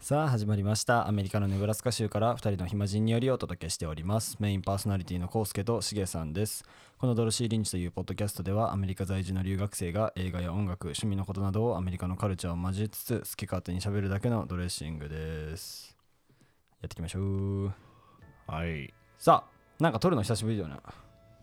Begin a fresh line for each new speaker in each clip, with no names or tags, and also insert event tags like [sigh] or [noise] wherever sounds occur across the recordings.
さあ始まりましたアメリカのネブラスカ州から2人の暇人によりお届けしておりますメインパーソナリティのコウスケとシゲさんですこのドロシー・リンチというポッドキャストではアメリカ在住の留学生が映画や音楽趣味のことなどをアメリカのカルチャーを交えつつ好き勝手に喋るだけのドレッシングですやっていきましょう
はい。
さあなんか撮るの久しぶりだよね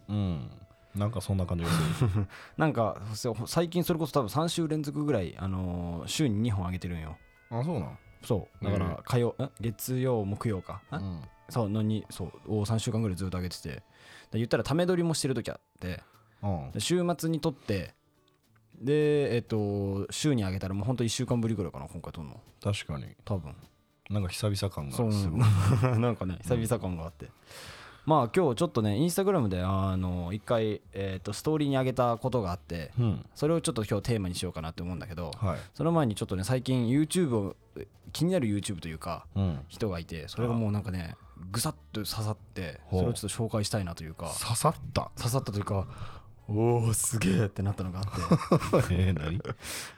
うん。なんかそんな感じがす
[laughs]
る。
なんかそう最近それこそ多分3週連続ぐらい、あのー週に2本上げてるんよ
あ、そうなん。
そうだか
へ
ら
え
火曜、え月曜木曜か、え
うん。
そうのにそうを3週間ぐらいずっと上げててで言ったらため撮りもしてる時あって
うん
で週末に撮ってでえっと週に上げたらもうほんと1週間ぶりぐらいかな今回撮るの
確かに。
多分
なんか久々感がす
そう
ご
[laughs]
い。
なんかね久々感があって、まあ今日ちょっとねインスタグラムであの一回、えっとストーリーに上げたことがあって
うん。
それをちょっと今日テーマにしようかなって思うんだけど
はい。
その前にちょっとね最近 YouTube を気になる YouTube というか
うん。
人がいてそれがもうなんかねぐさっと刺さってそ
ほう
れをちょっと紹介したいなというか
刺
[laughs]
さった。
刺さったというかおおすげえってなったのがあって
えー、何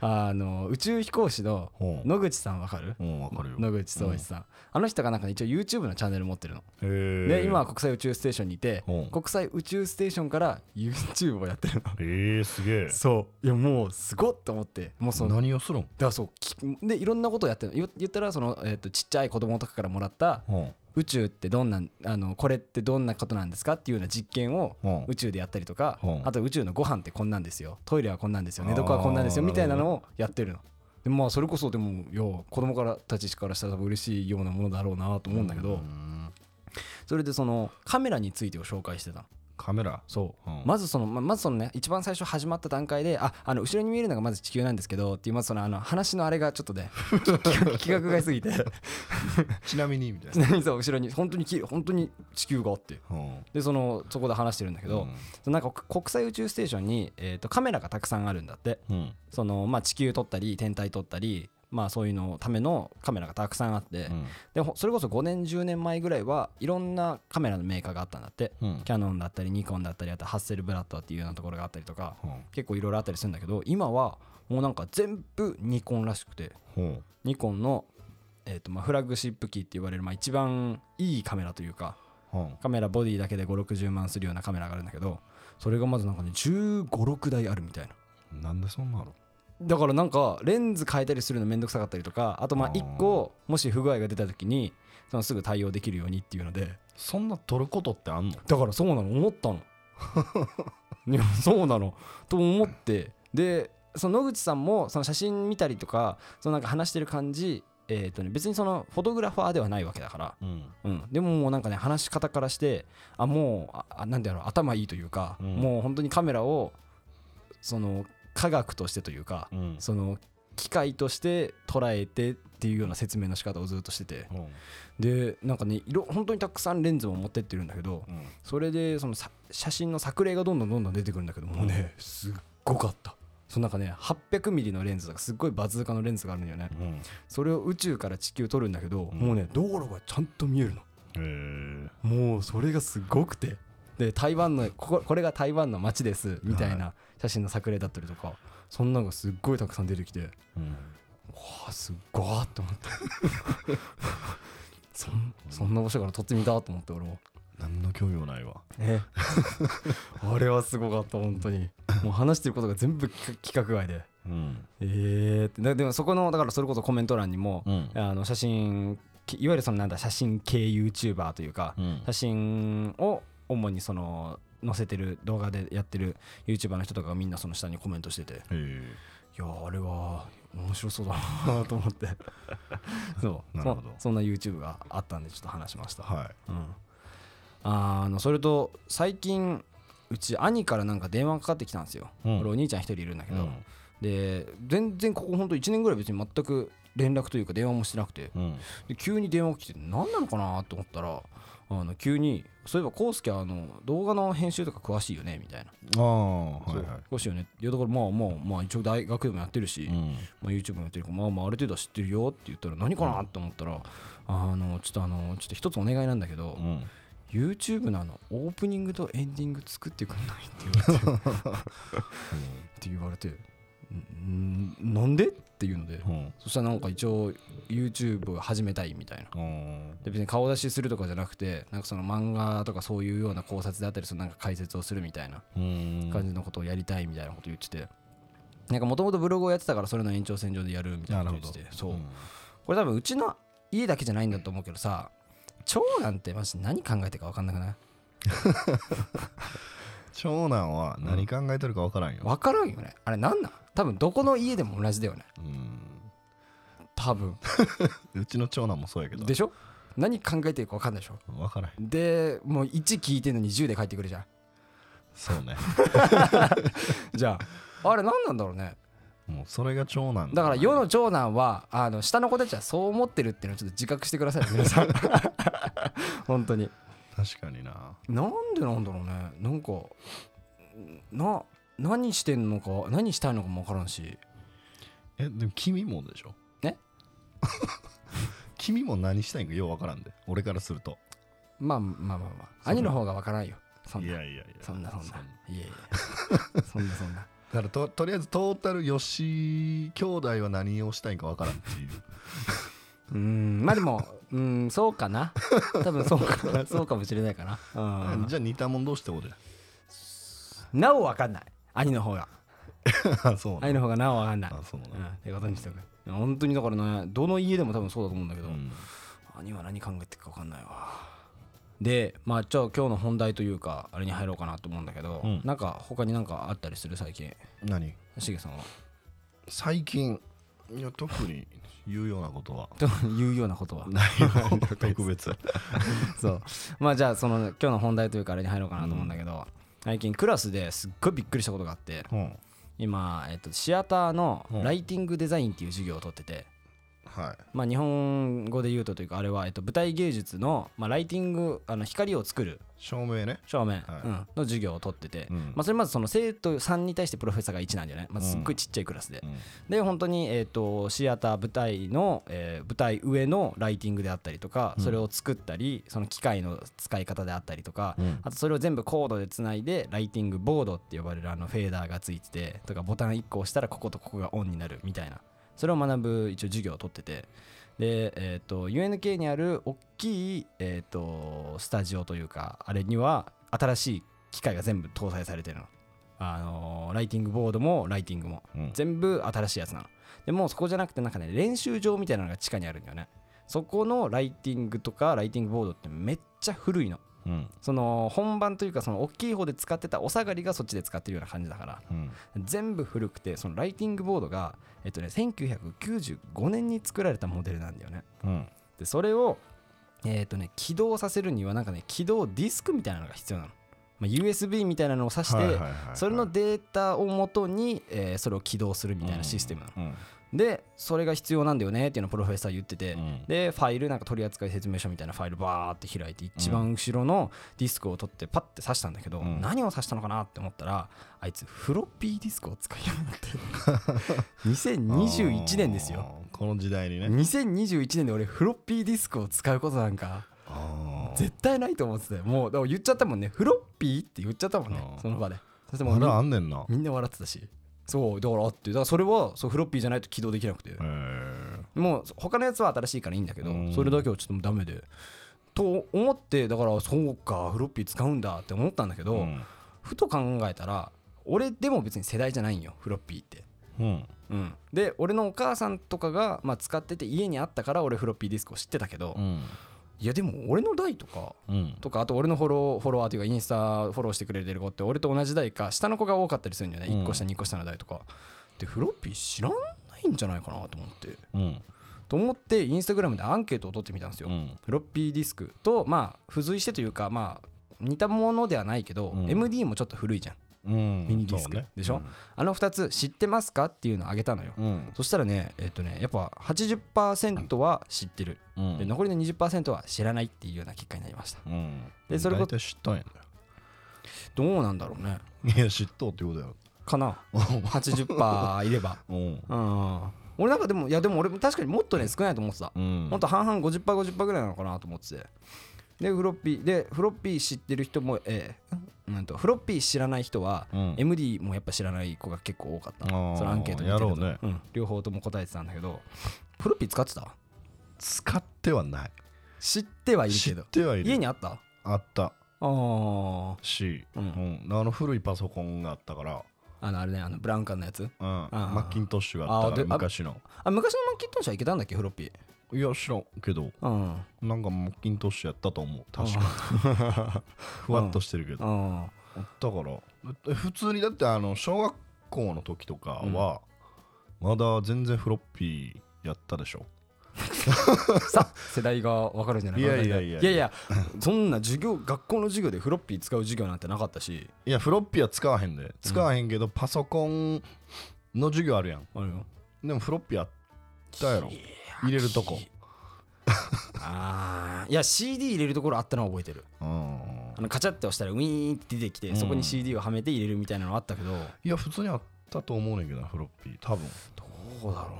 あの宇宙飛行士の
ほう
野口さんわかる
うん、わかるよ。
野口聡一さんあの人がなんか一応 YouTube のチャンネル持ってるの
えー
で今は。国際宇宙ステーションにいて
ほう
国際宇宙ステーションから YouTube をやってるの
えー、すげえ。
そういやもうすごっと思ってもうその
何をするん
だからそうきでいろんなことをやってるのよ言ったらその、えー、とちっちゃい子供とかからもらった
うん。
宇宙ってどんなあのこれってどんなことなんですかっていうような実験を
うん
宇宙でやったりとか、
うん
あと宇宙のご飯ってこんなんですよトイレはこんなんですよ寝
あー
床はこんなんですよみたいな
な
のをやってるの。でまあ、それこそでもよ子供からたちからしたら多分嬉しいようなものだろうなと思うんだけど、
うん
それでそのカメラについてを紹介してたの
カメラ。
そう、
うん
まずそのままずそのね一番最初始まった段階でああの後ろに見えるのがまず地球なんですけどっていうまずそのあの話のあれがちょっとね企画企画外すぎて
ちなみに、みたい
ち。なみにそう後ろに本当にき本当に地球があって [laughs]
うん。
でそのそこで話してるんだけど、
うん
そのなんか国際宇宙ステーションに、えー、とカメラがたくさんあるんだって
うん。
その、まあ、地球撮ったり天体撮ったり、まあ、そういうのためのカメラがたくさんあって、
うん
でほそれこそ5年10年前ぐらいはいろんなカメラのメーカーがあったんだって、
うん
キヤノンだったりニコンだったりあとハッセルブラッドっていうようなところがあったりとか
うん
結構いろいろあったりするんだけど今はもうなんか全部ニコンらしくて
うん。
ニコンの、えーとまあ、フラッグシップ機って言われる、まあ、一番いいカメラというか
うん。
カメラボディだけで560万するようなカメラがあるんだけどそれがまずなんかね1 5 6台あるみたいな
なんでそんなの
だからなんかレンズ変えたりするのめんどくさかったりとかあとまあ
あー
1個もし不具合が出た時にそのすぐ対応できるようにっていうので
そんな撮ることってあんの
だからそうなの思った
[laughs]
のいやそうなのと思ってでその野口さんもその写真見たりとかそのなんか話してる感じえーとね、別にそのフォトグラファーではないわけだから、
うん。
うん、でももうなんかね話し方からしてあもうああなんだろう頭いいというか、
うん
もう本当にカメラをその科学としてというか、
うん。
その機械として捉えてっていうような説明の仕方をずっとしてて
うん。
でなんかね色本当にたくさんレンズも持ってってるんだけど
うん。
それでそのさ写真の作例がどんどんどんどん出てくるんだけどもうねすっごかったそのなんかね 800mm のレンズとかすっごいバズーカのレンズがあるんだよね
うん。
それを宇宙から地球撮るんだけど、
うん
もうね道路がちゃんと見えるの
えー。
もうそれがすごくてで台湾のこここれが台湾の街ですみたいな写真の作例だったりとか、そんなのがすっごいたくさん出てきてわ
うん。
あすっごーって思ってそんそんな場所から撮ってみたと思って俺も
何の興味もないわ。
ね [laughs] あれはすごかった本当にもう話してることが全部企画企画外で
うん。
えーってだでもそこのだからそれこそコメント欄にも、
うん。
あの写真きいわゆるそのなんだ写真系 YouTuber というか、
うん
写真を主にその載せてる動画でやってる YouTuber の人とかがみんなその下にコメントしててい
え
やーあれは面白そうだなと思って
[laughs]
そう
なるほど
そそんな YouTube があったんでちょっと話しました、
は
うん、あーあのそれと最近うち兄からなんか電話かかってきたんですよ、
うん
俺お兄ちゃん一人いるんだ
い。
けど、で全然ここほんと1年ぐらい別に全く連絡というか電話もしてなくて、
うん。
で急に電話が来て何なのかなと思ったらあの急に「そういえばコウスケあの動画の編集とか詳しいよね」みたいな
ああ、はい
そう
は
詳しいよね」いやだからまあまあまあ一応大学でもやってるし、
い。うん。
まあ、YouTube もやってるからまあまあある程度は知ってるよって言ったら何かなと思ったら「あのちょっとあのちょっと一つお願いなんだけど、
うん。
YouTube のあのオープニングとエンディング作ってくんないって言われてって言われてんんなんでっていうので
うん
そしたらなんか一応 YouTube 始めたいみたいな
うん
で別に顔出しするとかじゃなくてなんかその漫画とかそういうような考察であったりそのなんか解説をするみたいな
うん
感じのことをやりたいみたいなこと言っててなんかもともとブログをやってたからそれの延長線上でやるみたい
な
な
る
こ
ほ
と言
ど
っててそう、
ん
これ多分うちの家だけじゃないんだと思うけどさ長男ってマジで何考えてるか分かんなくない
長男は何考えてるか分からんよ
分からんよねあれなんなん多分どこの家でも同じだよね
うん
多分
うちの長男もそうやけど
でしょ何考えてるか分かんないでしょ
分からん
でもう1聞いてんのに10で帰ってくるじゃん
そうね
じゃああれ何なんだろうね
もうそれが長男
だから世の長男はあの下の子たちはそう思ってるっていうのをちょっと自覚してくださいね皆 [laughs] さん本当に
確かにな
なんでなんだろうねなんかな何してんのか何したいのかも分からんし
えでも君もでしょ
え
[laughs] 君も何したいんかよう分からんで俺からすると
まあまあまあまあ
そう
兄の方が分からんよそん
い
な
やいやいや
そんなそんな
だ
いやいやそんなそんな
からととりあえずトータル吉兄弟は何をしたいんか分からんっていう
[laughs] うーんまあでもうーんそうかな多分そうか
[laughs]
なそうかもしれないかなうん
じゃあ似たもんどうしておで
なお分かんない兄の方が
[laughs] あそう
兄
ね
の方がなお分かんない
あそうね
うん、ってことにしておく本当にだからねどの家でも多分そうだと思うんだけど、
うん
兄は何考えてるか分かんないわでまあじゃあ今日の本題というかあれに入ろうかなと思うんだけど、
うん
なんか他になんかあったりする最近
何
しげさんは
最近いや特に言うようなこと
[laughs]
は
[laughs] というようなことは
ないよ特別
そうまあじゃあその今日の本題というかあれに入ろうかなと思うんだけど、最近クラスですっごいびっくりしたことがあって
うん
今、えっと、シアターの
うん
ライティングデザインっていう授業を取ってて、
は
まあ、日本語で言うとというかあれは、えっと、舞台芸術の、まあ、ライティングあの光を作る
い照明ね
正面、
はい
うん、の授業を取ってて、
うん
まあ、それまずその生徒3に対してプロフェッサーが1なんじゃない、まあ、すっごいちっちゃいクラスで、
うん
で本当に、えー、とシアター舞台の、えー舞台上のライティングであったりとか、
うん
それを作ったりその機械の使い方であったりとか、
うん
あとそれを全部コードでつないでライティングボードって呼ばれるあのフェーダーがついててとかボタン1個押したらこことここがオンになるみたいなそれを学ぶ一応授業を取っててで、えー、と UNK にある大きい、えー、とスタジオというかあれには新しい機械が全部搭載されてるの。あのーライティングボードもライティングも
うん
全部新しいやつなのでもうそこじゃなくてなんかね練習場みたいなのが地下にあるんだよねそこのライティングとかライティングボードってめっちゃ古いの
うん
その本番というかその大きい方で使ってたお下がりがそっちで使ってるような感じだから
うん
全部古くてそのライティングボードがえっとね1995年に作られたモデルなんだよね
うん
でそれをえっとね起動させるにはなんかね起動ディスクみたいなのが必要なの、まあ、USB みたいなのを挿して、
はいはいはいはい
それのデータをもとに、えーそれを起動するみたいなシステムなの、
うん
でそれが必要なんだよねっていうのをプロフェッサー言ってて、
うん
でファイルなんか取扱説明書みたいなファイルバーって開いて一番後ろのディスクを取ってパッて刺したんだけど、
うん
何を刺したのかなって思ったらあいつフロッピーディスクを使いやが
[laughs]
って2021年ですよ
あーこの時代にね
2021年で俺フロッピーディスクを使うことなんか
あー
絶対ないと思っててもうだから言っちゃったもんねフロッピーって言っちゃったもんね
うん
その場でそしても
ま
うみん
だあんねんな
みんな笑ってたしそうだからあってだからそれはそうフロッピーじゃないと起動できなくて、
へー
もう他のやつは新しいからいいんだけど、
うん
それだけはちょっともうダメで。と思ってだからそうかフロッピー使うんだって思ったんだけど、
うん
ふと考えたら俺でも別に世代じゃないんよフロッピーって。
うん
うん、で俺のお母さんとかが、まあ、使ってて家にあったから俺フロッピーディスクを知ってたけど、
うん
いやでも俺の代とか
うん
とかあと俺のフォローフォロワーというかインスタフォローしてくれてる子って俺と同じ代か下の子が多かったりするんだよね、
うん
1個下2個下の代とか。でフロッピー知らないんじゃないかなと思って。
うん
と思ってインスタグラムでアンケートを取ってみたんですよ、
うん
フロッピーディスクとまあ付随してというかまあ似たものではないけど、
うん
MD もちょっと古いじゃん
うん
ミニディスク
そうね
でしょあの2つ知ってますかっていうのをあげたのよ、
うん
そしたらねえっ、とねやっぱ80%は知ってる、
うん
で残りの20%は知らないっていうような結果になりました
うん
でそれこ
大体知ったんや
どうなんだろうね
ねいや知っとうってことだよ
か
[laughs]
な80%いれば
うん
うん俺なんかでもいやでも俺も確かにもっとね少ないと思ってた
うん
ほんと半々50%50% 50%ぐらいなのかなと思っててでフロッピーでフロッピー知ってる人も、えーうんとフロッピー知らない人は、
うん
MD もやっぱ知らない子が結構多かった
あー
そのアンケート見てると
やろうね
ん両方とも答えてたんだけどフロッピー使ってた
使ってはない
知ってはいる
知
け
っ
ど
てはいる
家にあったあ
あった
あ
し、
う
うんんあの古いパソコンがあったから、
あのあれねあのブラウン管のやつ
うん、
ー
マッキントッシュがあったか
あー
ら
であ
昔の
あ昔のマッキントッシュはいけたんだっけフロッピー
いや知らんけど
うん
なんかマッキントッシュやったと思う確かふわっとしてるけど、
うん
だからえ普通にだってあの小学校の時とかは、まだ全然フロッピーやったでしょ
さ世代が分かるんじゃない
いやいやいや
いやいやそんな授業学校の授業でフロッピー使う授業なんてなかったし
いやフロッピーは使わへんで使わへんけど、パソコンの授業あるやん
あれよ
でもフロッピーあったやろ入れるとこ
ああいや CD 入れるところあったのは覚えてる
うん
あのカチャって押したらウィーンって出てきてそこ
う
に
ん
CD をはめて入れるみたいなのあったけど
いや普通にあったと思うねんけどなフロッピー多分
どうだろ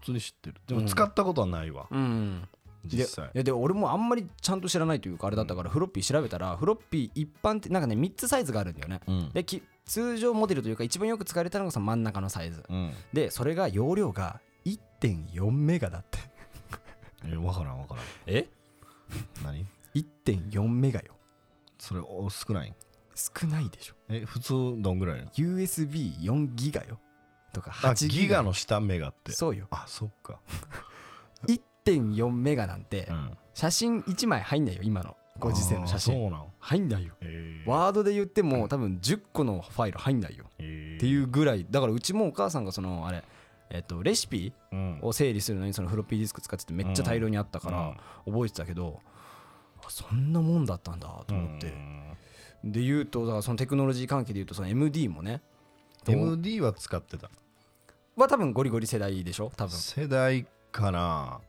普通に知ってるでも使ったことはないわ、
ううんで
実際
いやで俺もあんまりちゃんと知らないというかあれだったからフロッピー調べたらフロッピー一般ってなんかね3つサイズがあるんだよね
うん
でき通常モデルというか一番よく使われたのがその真ん中のサイズ
うん
でそれが容量が1.4メガだって
え分からん分からん
え
何
1.4メガよ
それお少ない
少ないでしょ
え普通どんぐらいなの
USB4 ギガよとか
あ
8
ギ
ギ
ガ
ガ
の下目があって
そうよ
あそっか
1.4メガなんて
ん
写真1枚入んないよ今のご時世の写
あー
真
そうなん
入んないよ
えー、
ワードで言っても多分10個のファイル入んないよ
えー、
っていうぐらいだからうちもお母さんがそのあれえっとレシピ
うん
を整理するのにそのフロッピーディスク使っててめっちゃ大量にあったから覚えてたけどあそんなもんだったんだと思って
うん
で言うとだからそのテクノロジー関係で言うとその MD もねどう
MD は使ってた
は多分ゴリゴリ世代でしょ多分
世代かな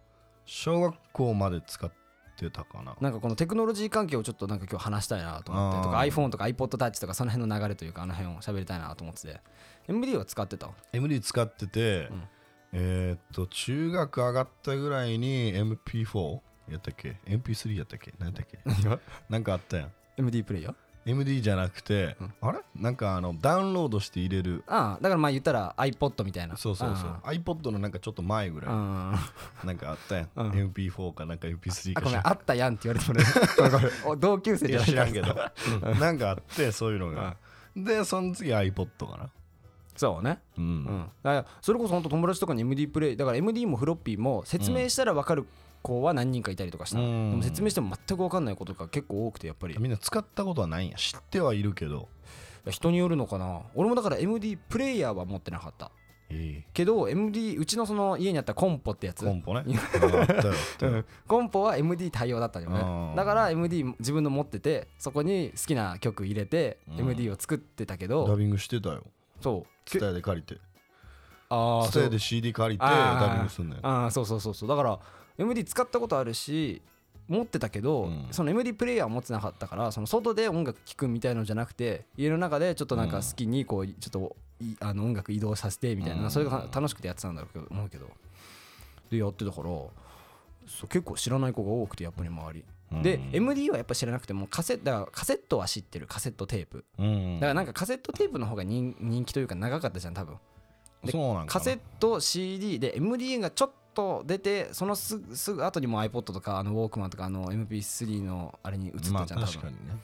小学校まで使ってたかな
なんかこのテクノロジー関係をちょっとなんか今日話したいなと思って
あー
とか iPhone とか iPodTouch とかその辺の流れというかあの辺を喋りたいなと思ってて MD は使ってた
MD 使ってて、
うん
えーっと中学上がったぐらいに MP4 やったっけ MP3 やったっけ何やったっ
[laughs]
けなんかあったやん
MD プレイヤー
MD じゃなくて、
うん
あれなんかあのダウンロードして入れる
ああだからまあ言ったら iPod みたいな
そうそうそう iPod のなんかちょっと前ぐ
う
ら
んあ
いなんかあったやん、
うん
MP4 かなんか MP3 か
ご
知
めん
らん
あったやんって言われてもねごめんご [laughs] めんお同級生じ
い
ゃ
や
ない
知
から
んけどなんかあってそういうのが、でその次 iPod かな
そうね
う、
うんんだからそれこそ本当友達とかに MD プレイだから MD もフロッピーも説明したら分かる子は何人かいたりとかしたの
うん
でも説明しても全く分かんないことが結構多くてやっぱり
みんな使ったことはないんや知ってはいるけど
人によるのかな俺もだから MD プレイヤーは持ってなかった
え
けど MD うちのその家にあったコンポってや
え
つ
コンポねうんあったよあったよ
コンポは MD 対応だったよ
あ
ね
ー
だから MD 自分の持っててそこに好きな曲入れて
うん
MD を作ってたけ
ダ
ど
ビングしてたよ。
そう
ツタヤで借りて。
ああ
ツタヤで CD 借りて
あー
ダビングすんのよ。
あーそうそうそうそうだから MD 使ったことあるし持ってたけど、
うん
その MD プレイヤーは持ってなかったからその外で音楽聴くみたいのじゃなくて家の中でちょっとなんか好きにこうちょっといあの音楽移動させてみたいな、
うん
それが楽しくてやってたんだろうけど思うけどでやってたからそう結構知らない子が多くてやっぱり周り、
うん
で MD はやっぱ知らなくてもカセだからカセットは知ってるカセットテープ
うん
だからなんかカセットテープの方が人人気というか長かったじゃん多分で
そうなんかな
カセット CD で MD がちょっと出てそのすぐすぐ後にもう iPod とかあのウォークマンとかあの MP3 のあれに移ったじゃん、
まあ
多
確か
分
にね。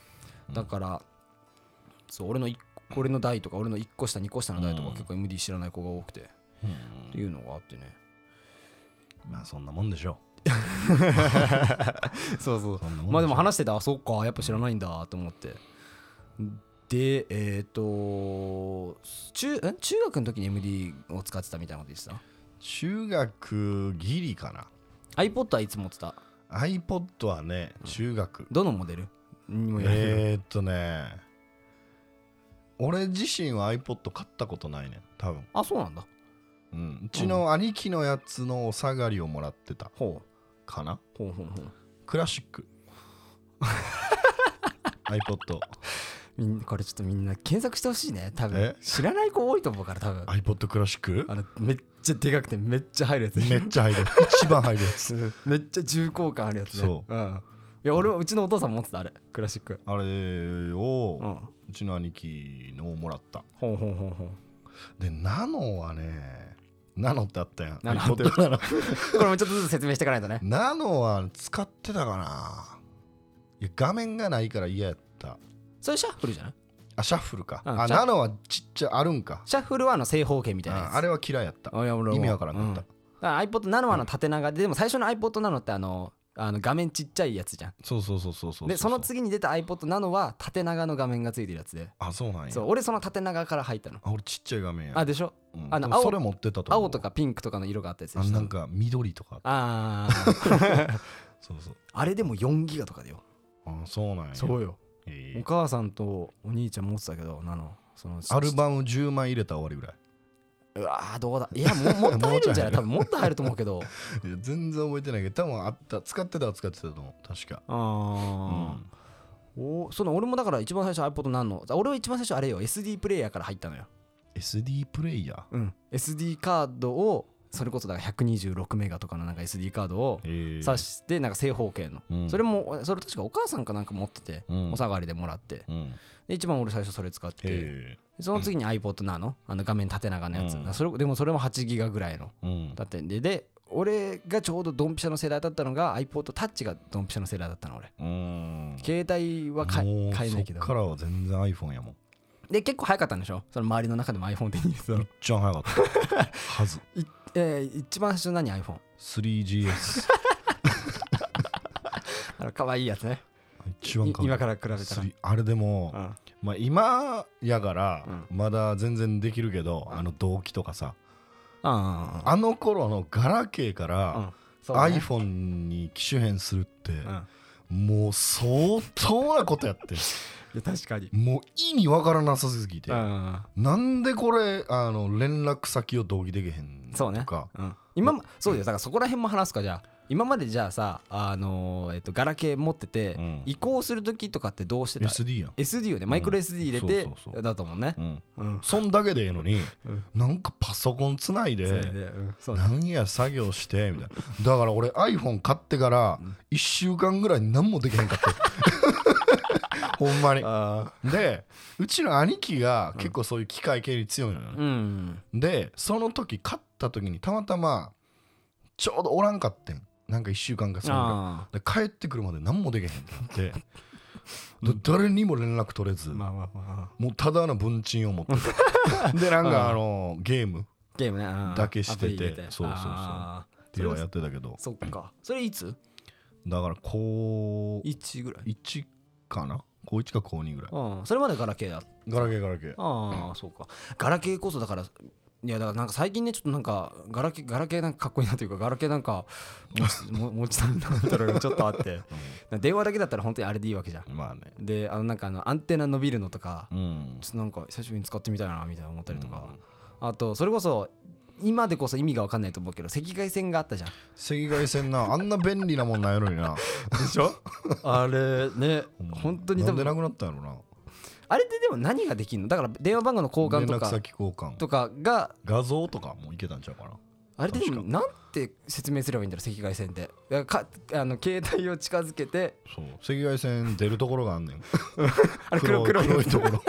うん
だからそう俺の一個俺の代とか俺の1個下2個下の代とか
うん
結構 MD 知らない子が多くて、っていうのがあってね
まあそんなもんでしょ
そうそう
う。そんなもんしょう
まあでも話してたあそっかやっぱ知らないんだと思ってでえっ、と中ん中学の時に MD を使ってたみたいなこと言ってた
中学ギリかな。
iPod はいつ持ってた
iPod はね、中学。
どのモデルにもよるけど
えーっとね、俺自身は iPod 買ったことないねん。多分。
あそうなんだ
うんうちの兄貴のやつのお下がりをもらってた
ほう
かな。
ほうほうほう
クラシック。iPod。
みんこれちょっとみんな検索してほしいね多分
え
知らない子多いと思うから多分
iPod クラシック
あのめっちゃでかくてめっちゃ入るやつ
めっちゃ入る。一番入るやつ。
めっちゃ重厚感あるやつね、
そう
ん、や俺はうちのお父さん持ってたあれクラシック
あれ
う
を
ん
うちの兄貴のをもらった
ほんほんほんほん
でナノはねナノってあったやん
ナノ
アイポッドナノ
これもちょっとずつ説明していかないとね
ナノは使ってたかないや画面がないから嫌やった
それシャッフルじゃない
あシャッフルか
うん
あ
シャッ
ナノはちっちゃあるんか
シャッフルはあの正方形みたいなやつ
ああれは嫌いやった
あいや俺は
意味わからんかった、
うだから iPod ナノアの縦長で、でも最初の iPod ナノってあのあの画面ちっちゃいやつじゃん
そうそうそうそうそうう
でその次に出た iPod ナノは縦長の画面がついてるやつで
あそうなんや
そう俺その縦長から入ったの
あ俺ちっちゃい画面や
あでしょ
うん
あの
でも
青
それ持ってたと思う
青とかピンクとかの色があったやつで
あ
しょ
なんか緑とか
あ
[laughs]
ー
そうそう
あれでも4ギガとかだよ
あそうなんや
そうよ
ええ
お母さんとお兄ちゃん持ってたけどナノその
アルバム10枚入れたら終わりぐら
うわーどうだいや [laughs] ももっと入るんじゃない多分もっと入ると思うけど [laughs]
いいや全然覚えてないけど多分あった使ってたは使ってたと思う確か
あ
うん
ーおその俺もだから一番最初 iPod ナノ俺は一番最初あれよ SD プレイヤーから入ったのよ
SD プレイヤー
うん SD カードをそれこそだから126メガとかのなんか SD カードを
ええ
挿してなんか正方形の、
うん
それもそれ確かお母さんかなんか持ってて、
うん
お下がりでもらって
うんへ
で一番俺最初それ使って、
え
その次に iPod なのあの画面縦長のやつ、
うん
それでもそれも8ギガぐらいの
うん
だってんでで俺がちょうどドンピシャの世代だったのが iPod タッチがドンピシャの世代だったの俺
うん
携帯は買
も
いう買えないけど
そっからは全然 iPhone やもん
で結構早かったんでしょその周りの中でも iPhone 手に入れてたの
めっちゃ早かったはず
いえー一番最初何 iPhone
3GS
あの可愛いやつね
一番
い今からら比べたら、
あれでも、
うん
まあ、今やから
う
まだ全然できるけど、
うん
あの動機とかさ、
あ
あの頃のガラケー
あ、
か
うん
ら、
そうだね
iPhone に機種変するって、
うん
もう相当なことやって
いや確かに
もう意味わからなさすぎて、
うん
なんでこれあの連絡先を同期できへんと
そうね
か
うん今もそうだよだからそこら辺も話すかじゃあ今までじゃあさあのーえっとガラケー持ってて、
うん
移行する時とかってどうしてた
SD やん、
SD をねマイクロ SD 入れて、
そうそうそう
だと思うね、
うん、
うん
そんだけでええのに、
うん
なんかパソコンつない
それで
で
うんそうね
何や作業してみたいなだから俺 iPhone 買ってから1週間ぐらい何もできへんかった [laughs] ほんまに
あ
でうちの兄貴が結構そういう機械系に強いのよ
ー
ね、
うん
でその時買った時にたまたまちょうどおらんかってんなんか1週間かそんか
あ
で帰ってくるまで何もできへんって
[laughs]
なってで誰にも連絡取れず、
ーまあまあまあ
もうただの文鎮を持ってた [laughs] でなんかあのゲーム
ゲームねうん
だけしてて
アプリ入れ
そうそうそう
あー
っていうのはやってたけど
そっかそれいつ
だから高
?1 ぐらい
1かな高1か高2ぐらい
うんそれまでガラケーだ
ガラケーガラケー
ああそうかガラケーこそだからいやだからなんか最近ねちょっとなんかガラケーガラケーなんかかっこいいなというかガラケーなんか持ちも持ちたいなみたいなのがちょっとあってなんか電話だけだったら本当にあれでいいわけじゃん
まあね
であのなんかあのアンテナ伸びるのとか
うん
ちょっとなんか久しぶりに使ってみたいなみたいな思ったりとか、あとそれこそ今でこそ意味が分かんないと思うけど赤外線があったじゃん
赤外線なあんな便利なもんないのに [laughs] な
でしょあれね本当に
な
多
んで
分
なくなったんやろな
あれってでも何ができるのだから電話番号の交換
連
と
絡
か
先交換
とかが
画像とかもいけたんちゃうかな
あれでも
確
なんて説明すればいいんだろう赤外線ってだからかあの携帯を近づけて
そう赤外線出るところがあんねん
あれ黒黒い
黒いところ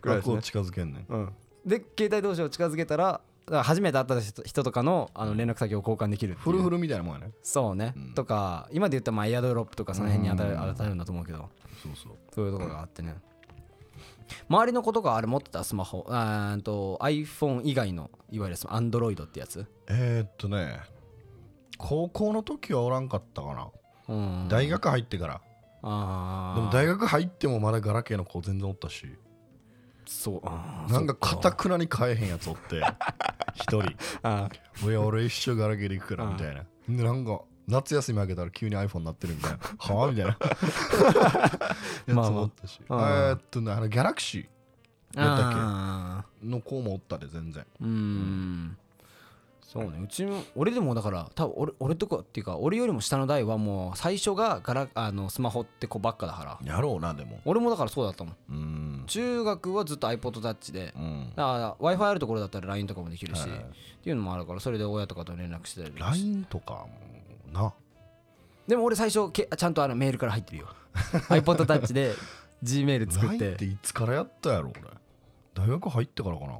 黒いですね
枠を近づけんねん
うん、で携帯同士を近づけたらだから初めて会った人人とかのあの連絡先を交換できるっていう
フルフルみたいなもんやね
そうね、
うん
とか今で言ったらまあエアドロップとかその辺に当た
う
る
ん
当たるんだと思うけど
そうそう
そういうところがあってね、周りの子とかあれ持ってたスマホあーんと iPhone 以外のいわゆるアンドロイドってやつ、
えー、っとね高校の時はおらんかったかな、
うん、
大学入ってから
あ
でも
学
大学入ってもまだガラケーの子全然おったし
そうあー
なんかか
そ
た
っ
くなに買えへんやつおって一人
あ
「いや俺一生ガラケーで行くから」みたいなでなんか夏休み明けたら急に iPhone になってるみた
[laughs]
いな「はあ?」みたいなやつもおったし、
まあまあ
えーっとねあのギャラクシ
ー
やったっけ
あー
ーの子もおったで全然
うーんそうねうちも俺でもだから多分俺俺とかっていうか俺よりも下の代はもう最初がガラあのスマホって子ばっかだから
やろうなでも
俺もだからそうだったもん
うん
中学はずっと iPodTouch で
うん
だから w i f i あるところだったら LINE とかもできるし、
はいはい
っていうのもあるからそれで親とかと連絡してたり
LINE とかもな
でも俺最初けちゃんとあのメールから入ってるよ iPodTouch
[laughs]
で G メール作っ
ないって
て
いつからやったやろ俺大学入ってからかな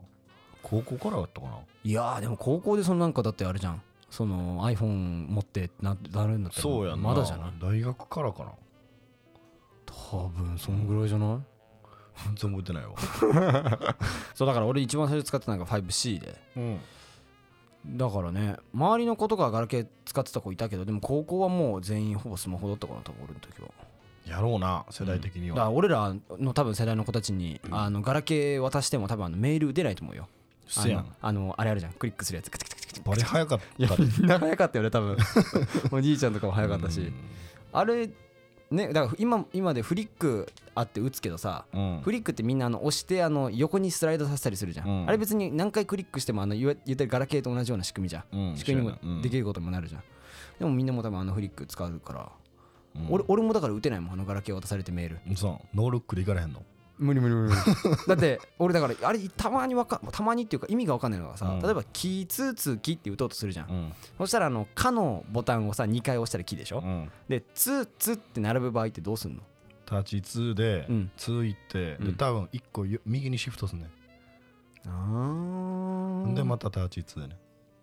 高校からやったかない
やーでも高校でそのなんかだってあれじゃんその iPhone 持ってってななるんだったら
そうやんな
まだじゃない
大学からかな
多分そのぐらいじゃない
全然覚えてないわ
そうだから俺一番最初使ってたのが 5C で
うん
だからね周りの子とかガラケー使ってた子いたけどでも高校はもう全員ほぼスマホだったかな多分俺の時は
やろうな世代的に
だから
は、
俺らの多分世代の子たちに、あのガラケー渡しても多分あのメール出ないと思うよ
せやん
あのあのあれあるじゃんクリックするやつクチクチクチクチ
バリ早かっ
いや
た
みんな早かったよね多分おじいちゃんと [laughs] かも早かったし、あれねだから今今でフリックあって打つけどさ、
うん
フリックってみんなあの押してあの横にスライドさせたりするじゃん、
うん
あれ別に何回クリックしてもあの言わ言ってるガラケーと同じような仕組みじゃん、
うん
仕組み
そうやなう
も
ん
できることもなるじゃん、でもみんなも多分あのフリック使うから、
うん
俺俺もだから打てないもんあのガラケー渡されてメール
そうノールックでいかれへんの
無理無理無理 [laughs] だって俺だからあれたまにわかたまにっていうか意味が分かんないのがさ、
うん
例えば「キーツーツーキ」って打とうとするじゃん、
ん
そしたらあの「か」のボタンをさ2回押したら「キ」でしょ、
うん
で「ツーツー」って並ぶ場合ってどうすんの
タッチ2で
うん
2いって
う
で
ん
多分1個よ右にシフトすんね
あ
でまたタッチ2でね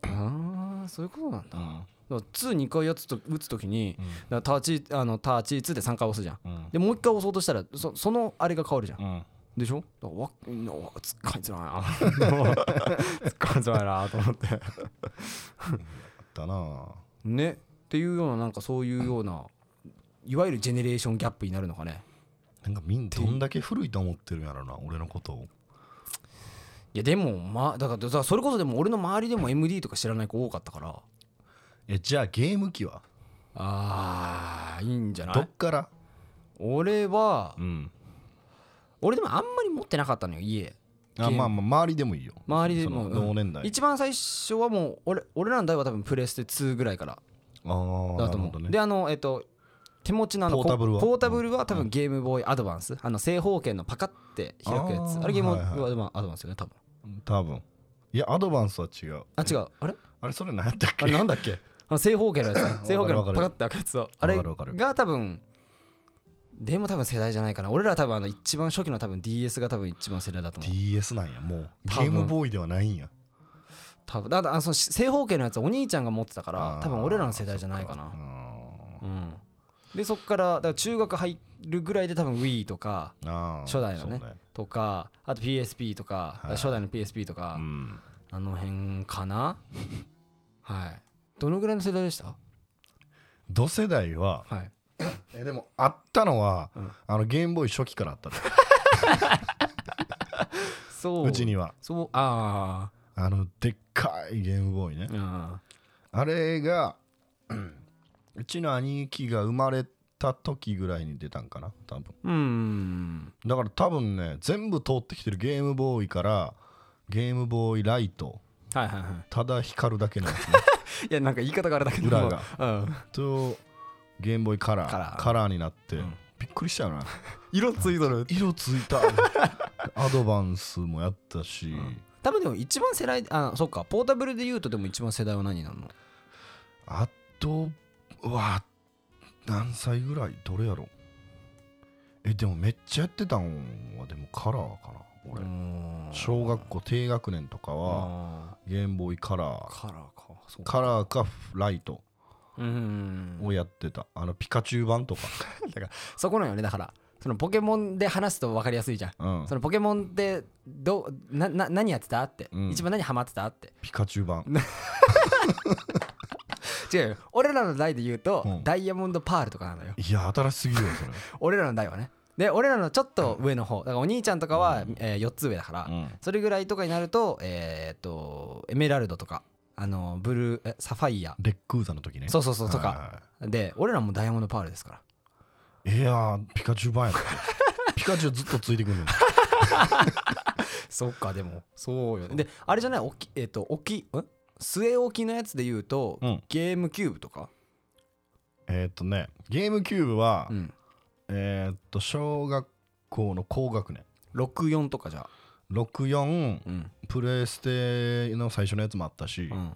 あーそういうことなんだ
うん
だから2回やつと打つときに、
うん
だからターチあのターチ2で3回押すじゃん
うん
でもう1回押そうとしたらそそのあれが変わるじゃん、
うん
でしょだからわなわ [laughs] つっかいづらいな [laughs] つっかいづらいなと思って
だな
ねっていうようななんかそういうようないわゆるジェネレーションギャップになるのかね
なんかみんどんだけ古いと思ってるんやろな俺のことを
いやでもまあだからだからそれこそでも俺の周りでも MD とか知らない子多かったから
えじゃあゲーム機は
あーいいんじゃな
どっ
い
から
俺は
うん
俺でもあんまり持ってなかったのよ家
あまあまあ周りでもいいよ
周りでも
その
うん
同年代
一番最初はもう俺俺らの代は多分プレステ2ぐらいから
ああ
だ
な
と
る
思
ほ
う、
どね
であのえっと手持ちのあの
ポータブルは
こポータブルは多分ゲームボーイアドバンス、あの正方形のパカって開くやつ
あ
あ
ー
れゲームボ
はい
ー
は
イアドバンアドバンスよね多分
多分いやアドバンスは違う
あ違うあれ
あれそれ何やったっ
あ
け
れなんだっけあの正方形のやつね正方形の
[laughs] わ
パ
かる
カ
わ
って開くやつをあれ
わかるわかる
が多分でも多分世代じゃないかな俺ら多分あの一番初期の多分 DS が多分一番世代だと思う
DS なんやもうゲ
多分
ームボーイではないんや
多分だからあのその正方形のやつお兄ちゃんが持ってたから
あー
多分俺らの世代じゃないかな
うーん
うん、でそっからだから中学入るぐらいで多分 Wii とか
あー
初代のね
そう
とかあと PSP とか、
はい
初代の PSP と
う
か、
ん
あの辺か
[laughs]
なはいどのぐらいの世代でした
同世代は
はい
えでもあったのは
うん
あのゲームボーイ初期からあったで
そう
うちには
そうあ
あのでっかいゲームボーイね
ーあ
あれがうんうちの兄貴が生まれた時ぐらいに出たんかな多分
ーうん
だから多分ね全部通ってきてるゲームボーイからゲームボーイライト
はいはいは
ただ光るだけのやつね
[laughs] いいやなんか言い方があれだけど
裏が
うん、
とゲームボーイカラー
カ
カ
ラ
ラ
ー
ーになって、
うん
びっくりしたよな
色ついとる
色つい
[laughs]
たアドバンスもやったし、
多分でも一番世代あそっかポータブルで言うとでも一番世代は何になるの
あとは何歳ぐらいどれやろえでもめっちゃやってたんはでもカラーかな俺、小学校低学年とかは
は
ゲームボーイカラー
カラーかそう
カラーかライト
うん
をやってた、あのピカチュウ版とか、
だからそこなんよねだからそのポケモンで話すと分かりやすいじゃん、
うん
そ、のポケモンでどうなな何やってたって、
うん
一番何ハマってたって
ピカチュウ版
違うよ俺らの代で言うと、
うん
ダイヤモンドパールとかなのよ
いや新しすぎるよ
[laughs]
それ、
俺らの代はねで俺らのちょっと上の方だからお兄ちゃんとかは、え4つ上だから、
うん
それぐらいとかになるとえーっとエメラルドとかあのブルーえサファイア
レックウザの時ね
そうそうそうと
はいはい
か
はい
で俺らもダイヤモンドパールですから
いやーピカチュウ版やっ
[laughs]
たピカチュウずっとついてくるの
そっかでもそうよねであれじゃないおきえっ、と置きん据え置きのやつで言うと、
うん
ゲームキューブとか、
えーっとねゲームキューブは、
うん、
えーっと小学校の高学年
64とかじゃ
64
うん、
プレステの最初のやつもあったし、
うん、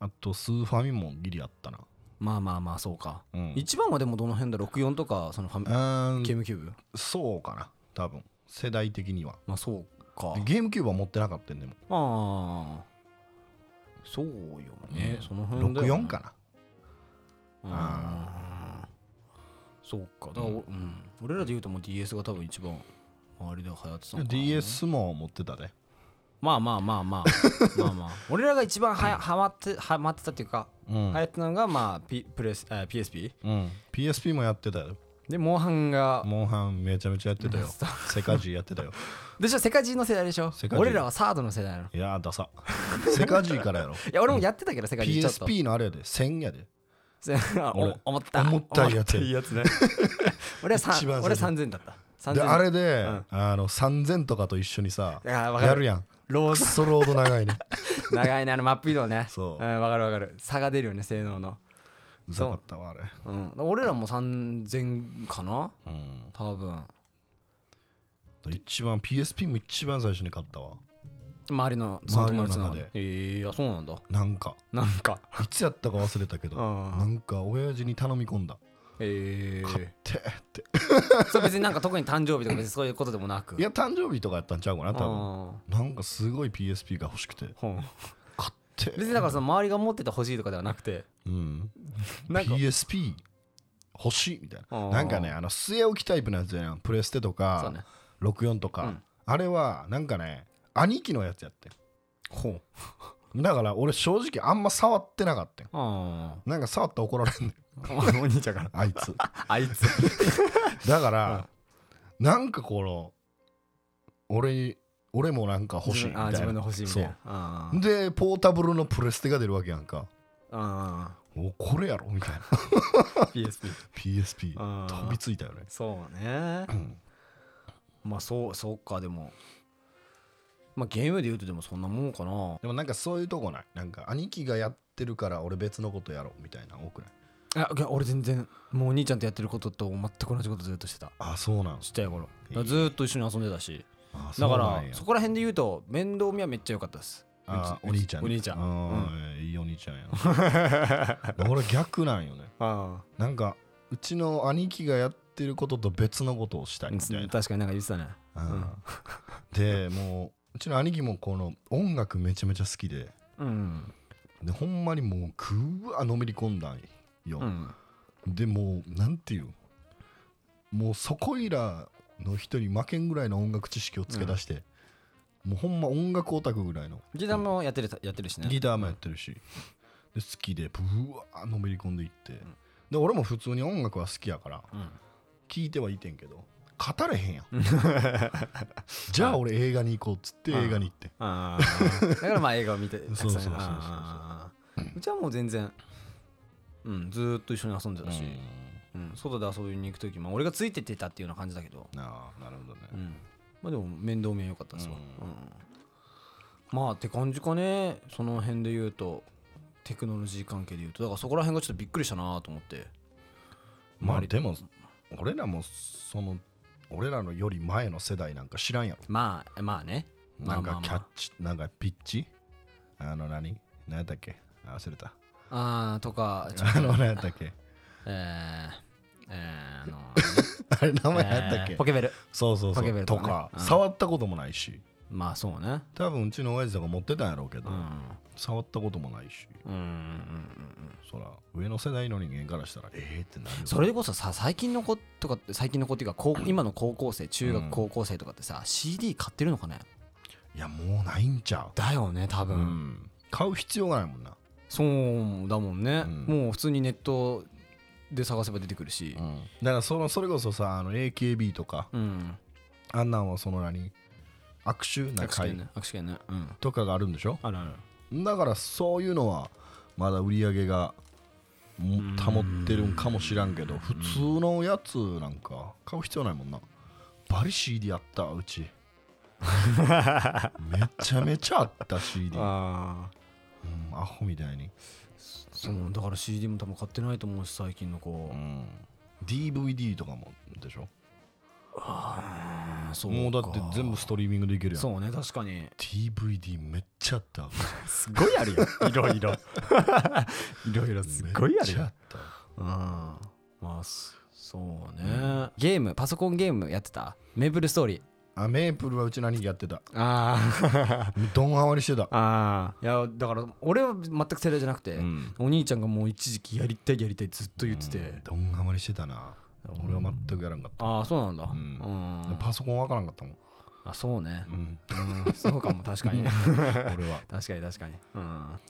あとスーファミもギリあったな
まあまあまあそうか、
うん
一番はでもどの辺だ64とかそのファミ
うーん
ゲームキューブ
そうかな多分世代的には
まあそうか
でゲームキューブは持ってなかったんで
あ
も
あそうよね、
うん
その辺だよ
64
な
かな
あそうかだから、おうん俺らで言うともう DS が多分一番周りでは流行ってたのかな
DS も持ってたで
まあまあまあ
[laughs]
まあまあまあ俺らが一番はやはまってはまってたっていうか、
う
流
ん
行ってたのがまあ、P プレスあ PSP
うん、PSP もやってたよ
でモンハンが
モンハンめちゃめちゃやってたよ
そ
世界中やってたよ
でしょ世界中の世代でしょ
世界中
俺らはサードの世代なのい
いやー
[laughs]
ダサ世界中からやろ
や俺もやってたけど世界中ちょっと
PSP のあれやで1000やで俺
[laughs] お思った
思ったやつ
思ったやつ
[laughs]
ね俺はさ
一番最初
俺は3000だった3000
であれで、
うん
あの3000とかと一緒にさ
いやわかる
やるやん
ロー
ク
ズ
ソロード長
[laughs]
いね
長いねあのマップ移動ね、
そうん
わかるわかる差が出るよね性能の、
うざかったわあれ
うん、俺らも3000かな
うん
多分
一番 PSP も一番最初に買ったわ
周りのその友達の
周りの中で
ええー、あそうなんだ
なんか
なんか
いつやったか忘れたけど
うん
なんか親父に頼み込んだ
ええ
買っ
ー、
てって
[laughs] それ別になんか特に誕生日とか別にそういうことでもなく
いや誕生日とかやったんちゃうかな
あ
多分
ー
なんかすごい PSP が欲しくて
[laughs] ほん
買って
別にだからその周りが持ってて欲しいとかではなくて
うん
[laughs] なんか
PSP 欲しいみたい
あ
な
ー
なんかねあの据え置きタイプのやつやんプレステと
そう
か、
ね
64とか、
うん
あれはなんかね兄貴のやつやってん
ほう
[laughs] だから俺正直あんま触ってなかったん
あ
なんか触ったら怒られん
[laughs]
ねん
ーお兄ちゃんから
あいつ
あいつ
だから、なんかこの俺俺もなんか欲しいみ
あー
た
自
い
分の
な
欲しいみたいなあー
でポータブルのプレステが出るわけやんか
あ
おこれやろみたいな [laughs]
ー PSP
PSP
あー
飛びついたよね
そうね
ん
まあそうそうかでもまあゲームで言うとでもそんなもんかな
でもなんかそういうとこないなんか兄貴がやってるから俺別のことやろうみたいなの多くない
あいや俺全然もうお兄ちゃんとやってることと全く同じことずっとしてた
あそうなん
ちっちゃい頃だからずっと一緒に遊んでたし
あ
だか
そうな
ら
んや
そこら辺で言うと面倒見はめっちゃ良かったです
あ
うち
お兄ちゃんね
お兄ちゃん
あ
うん
ーいいお兄ちゃんや [laughs] な俺逆なんよね
あ
なんかうちの兄貴がやってることと別のことをしたいみたい
あ
な
確かになんか言ってたね
うんでもううちの兄貴もこの音楽めちゃめちゃ好きで
うん
でほんまにもうくわのめり込んだんよ、
うん
でもうなんていうんもうそこいらの人に負けんぐらいの音楽知識をつけ出して、もうほんま音楽オタクぐらいの
ギターもやってるやってるしね
ギターもやってるし、で好きでブワーのめり込んでいって、で俺も普通に音楽は好きやから
うん
聞いてはいてんけど語れへ
[laughs]
んやんじゃあ俺映画に行こうっつって映画に行って
あーだからまあ映画を見て
[laughs] そうそうそうそう
たくさんあーうちはもう全然うんずーっと一緒に遊んでたし、うん外で遊びに行く時も俺がついてってたっていうような感じだけど、
ああなるほどね
うんまあでも面倒見は良かったですわ、
う
うんまあって感じかねその辺で言うとテクノロジー関係で言うとだからそこら辺がちょっとびっくりしたなと思って
まあ
周り
でも俺らもその俺らのより前の世代なんか知らんやろ
まあまあねま
な
あ
ん
まあまあ
かキャッチ、なんかピッチあの何何やったっけあ忘れた。
ああとかちょっ
あ
と
の何やったっ
[laughs]
け
えー、えー、あの
あれ名前やったっ
え
け、
ーポケベル
そうそう
ポケ
そ
ベル
う。
と
と
かね
か、
うん
触ったこともないし、
まあそうね
多分うちの親父とか持ってたんやろうけど、
うん
触ったこともないし、
うんうんうん
そら、上の世代の人間からしたら、えーってなるよ。
それこそさ最近の子とかって最近の子っていうか高今の高校生中
う
学
ん
高校生とかってさ、CD 買ってるのかね
いや、もうないんちゃ
だよね多
う。
分、
うん。買う必要がないもんな。
そうだもんね、
うん
もう普通にネットで探せば出てくるし
うん。だからその、それこそさ、あの AKB とか、
うん、
あんなんはその何握手な
握手券
会
ね握手券ねうん
とかがあるんでしょ
あるある
だからそういうのはまだ売り上げがも保ってるんかもしらんけど普通のやつなんか買う必要ないもんなバリ CD あったう
[laughs]
ちめちゃめちゃあった CD、
[laughs]
うん、
ああ
アホみたいに、
そうだから CD も多分買ってないと思うし最近の子、
うん、DVD とかもでしょ
あーそ
もうだって全部ストリーミングでいけるやん
そうね確かに
DVD めっちゃあった
[laughs] すごいあるよ [laughs] いろいろいろいろすっごいあ
め
る
っちゃ
よ
あった
うんまあそそうね、ゲームパソコンゲームやってたメープルストーリー
あメープルはうち何やってた
あ [laughs] ー
ドンハマりしてた
あーいやだから俺は全く世代じゃなくて、
うん
お兄ちゃんがもう一時期やりたいやりたいずっと言ってて、
ドンハマりしてたな俺は全くやらんかっ
ああそうなんだうんん
たパソコンわからんかったもん
あそうね
う、ん
うん、そうかも確 [laughs] かに
[laughs] 俺は
確かに確かにうんま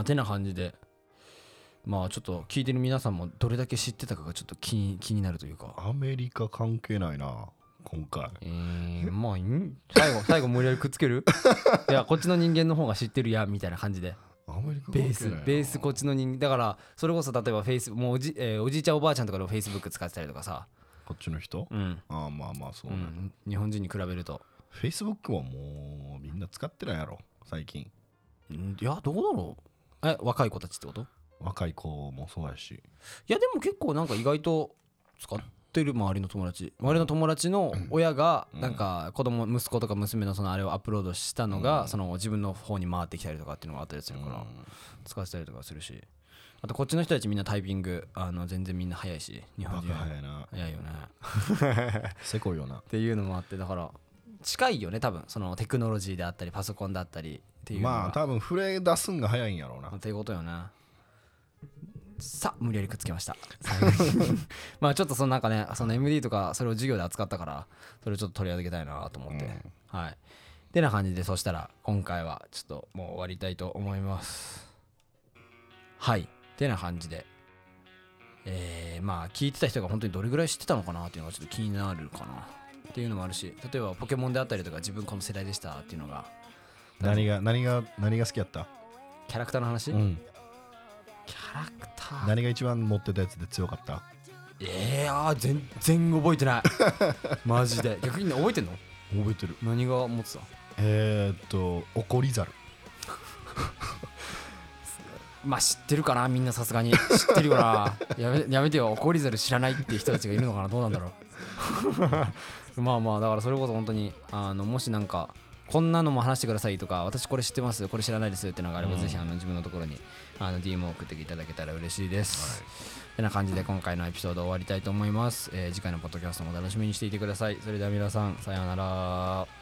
あてな感じでまあちょっと聞いてる皆さんもどれだけ知ってたかがちょっと気に気になるというか
アメリカ関係ないな今回
えー、まあいいん最後最後無理やりくっつけ [laughs] るいやこっちの人間の方が知ってるやみたいな感じで
アメリカ関係
ベ
な
ー
いな
スベースこっちの人間だからそれこそ例えばフェイスもうおじ,、えーおじいちゃんおばあちゃんとかでフェイスブック使ってたりとかさ
こっちの人
うん、
ああまあまあそう
う
ね
ん、日本人に比べると
Facebook はもうみんな使ってないやろ最近
うんいやどうだろうえ若い子たちってこと
若い子もそうやし
いやでも結構なんか意外と使ってる周りの友達周りの友達の親が
うん
なんか子供息子とか娘のそのあれをアップロードしたのが
うん
その自分の方に回ってきたりとかっていうのがあったりするから使ってたりとかするしあとこっちの人たちみんなタイピングあの全然みんな早いし日本
バ
人
カ早いな
早いよね
せこいよな
っていうのもあってだから近いよね多分そのテクノロジーであったりパソコンだったりっていうのが
まあ多分触れ出すんが早いんやろうな
っていうことよなさあ無理やりくっつけました最後に [laughs] まあちょっとそのなんかねその MD とかそれを授業で扱ったからそれをちょっと取り上げたいなと思って、
うん
はいてな感じでそしたら今回はちょっともう終わりたいと思いますはいてな感じでえー、まあ聞いてた人が本当にどれぐらい知ってたのかなっていうのがちょっと気になるかなっていうのもあるし例えばポケモンであったりとか自分この世代でしたっていうのが
何が何が何が好きやった
キャラクターの話、
うん
キャラクター
何が一番持ってたやつで強かった
えー、あー全然覚えてない [laughs] マジで逆にね覚えてんの
覚えてる
何が持ってた
えー、っと怒りざる
まあ知ってるかなみんなさすがに知ってるよな [laughs] やめやめてよ怒りざる知らないっていう人たちがいるのかなどうなんだろう [laughs] まあまあだからそれこそ本当にあのもしなんかこんなのも話してくださいとか私これ知ってますこれ知らないですっていうのがあれば、
うん
ぜひあの自分のところにあの DM を送っていただけたら嬉しいです、てな感じで今回のエピソード終わりたいと思います、えー次回のポッドキャストもお楽しみにしていてくださいそれでは皆さんさようなら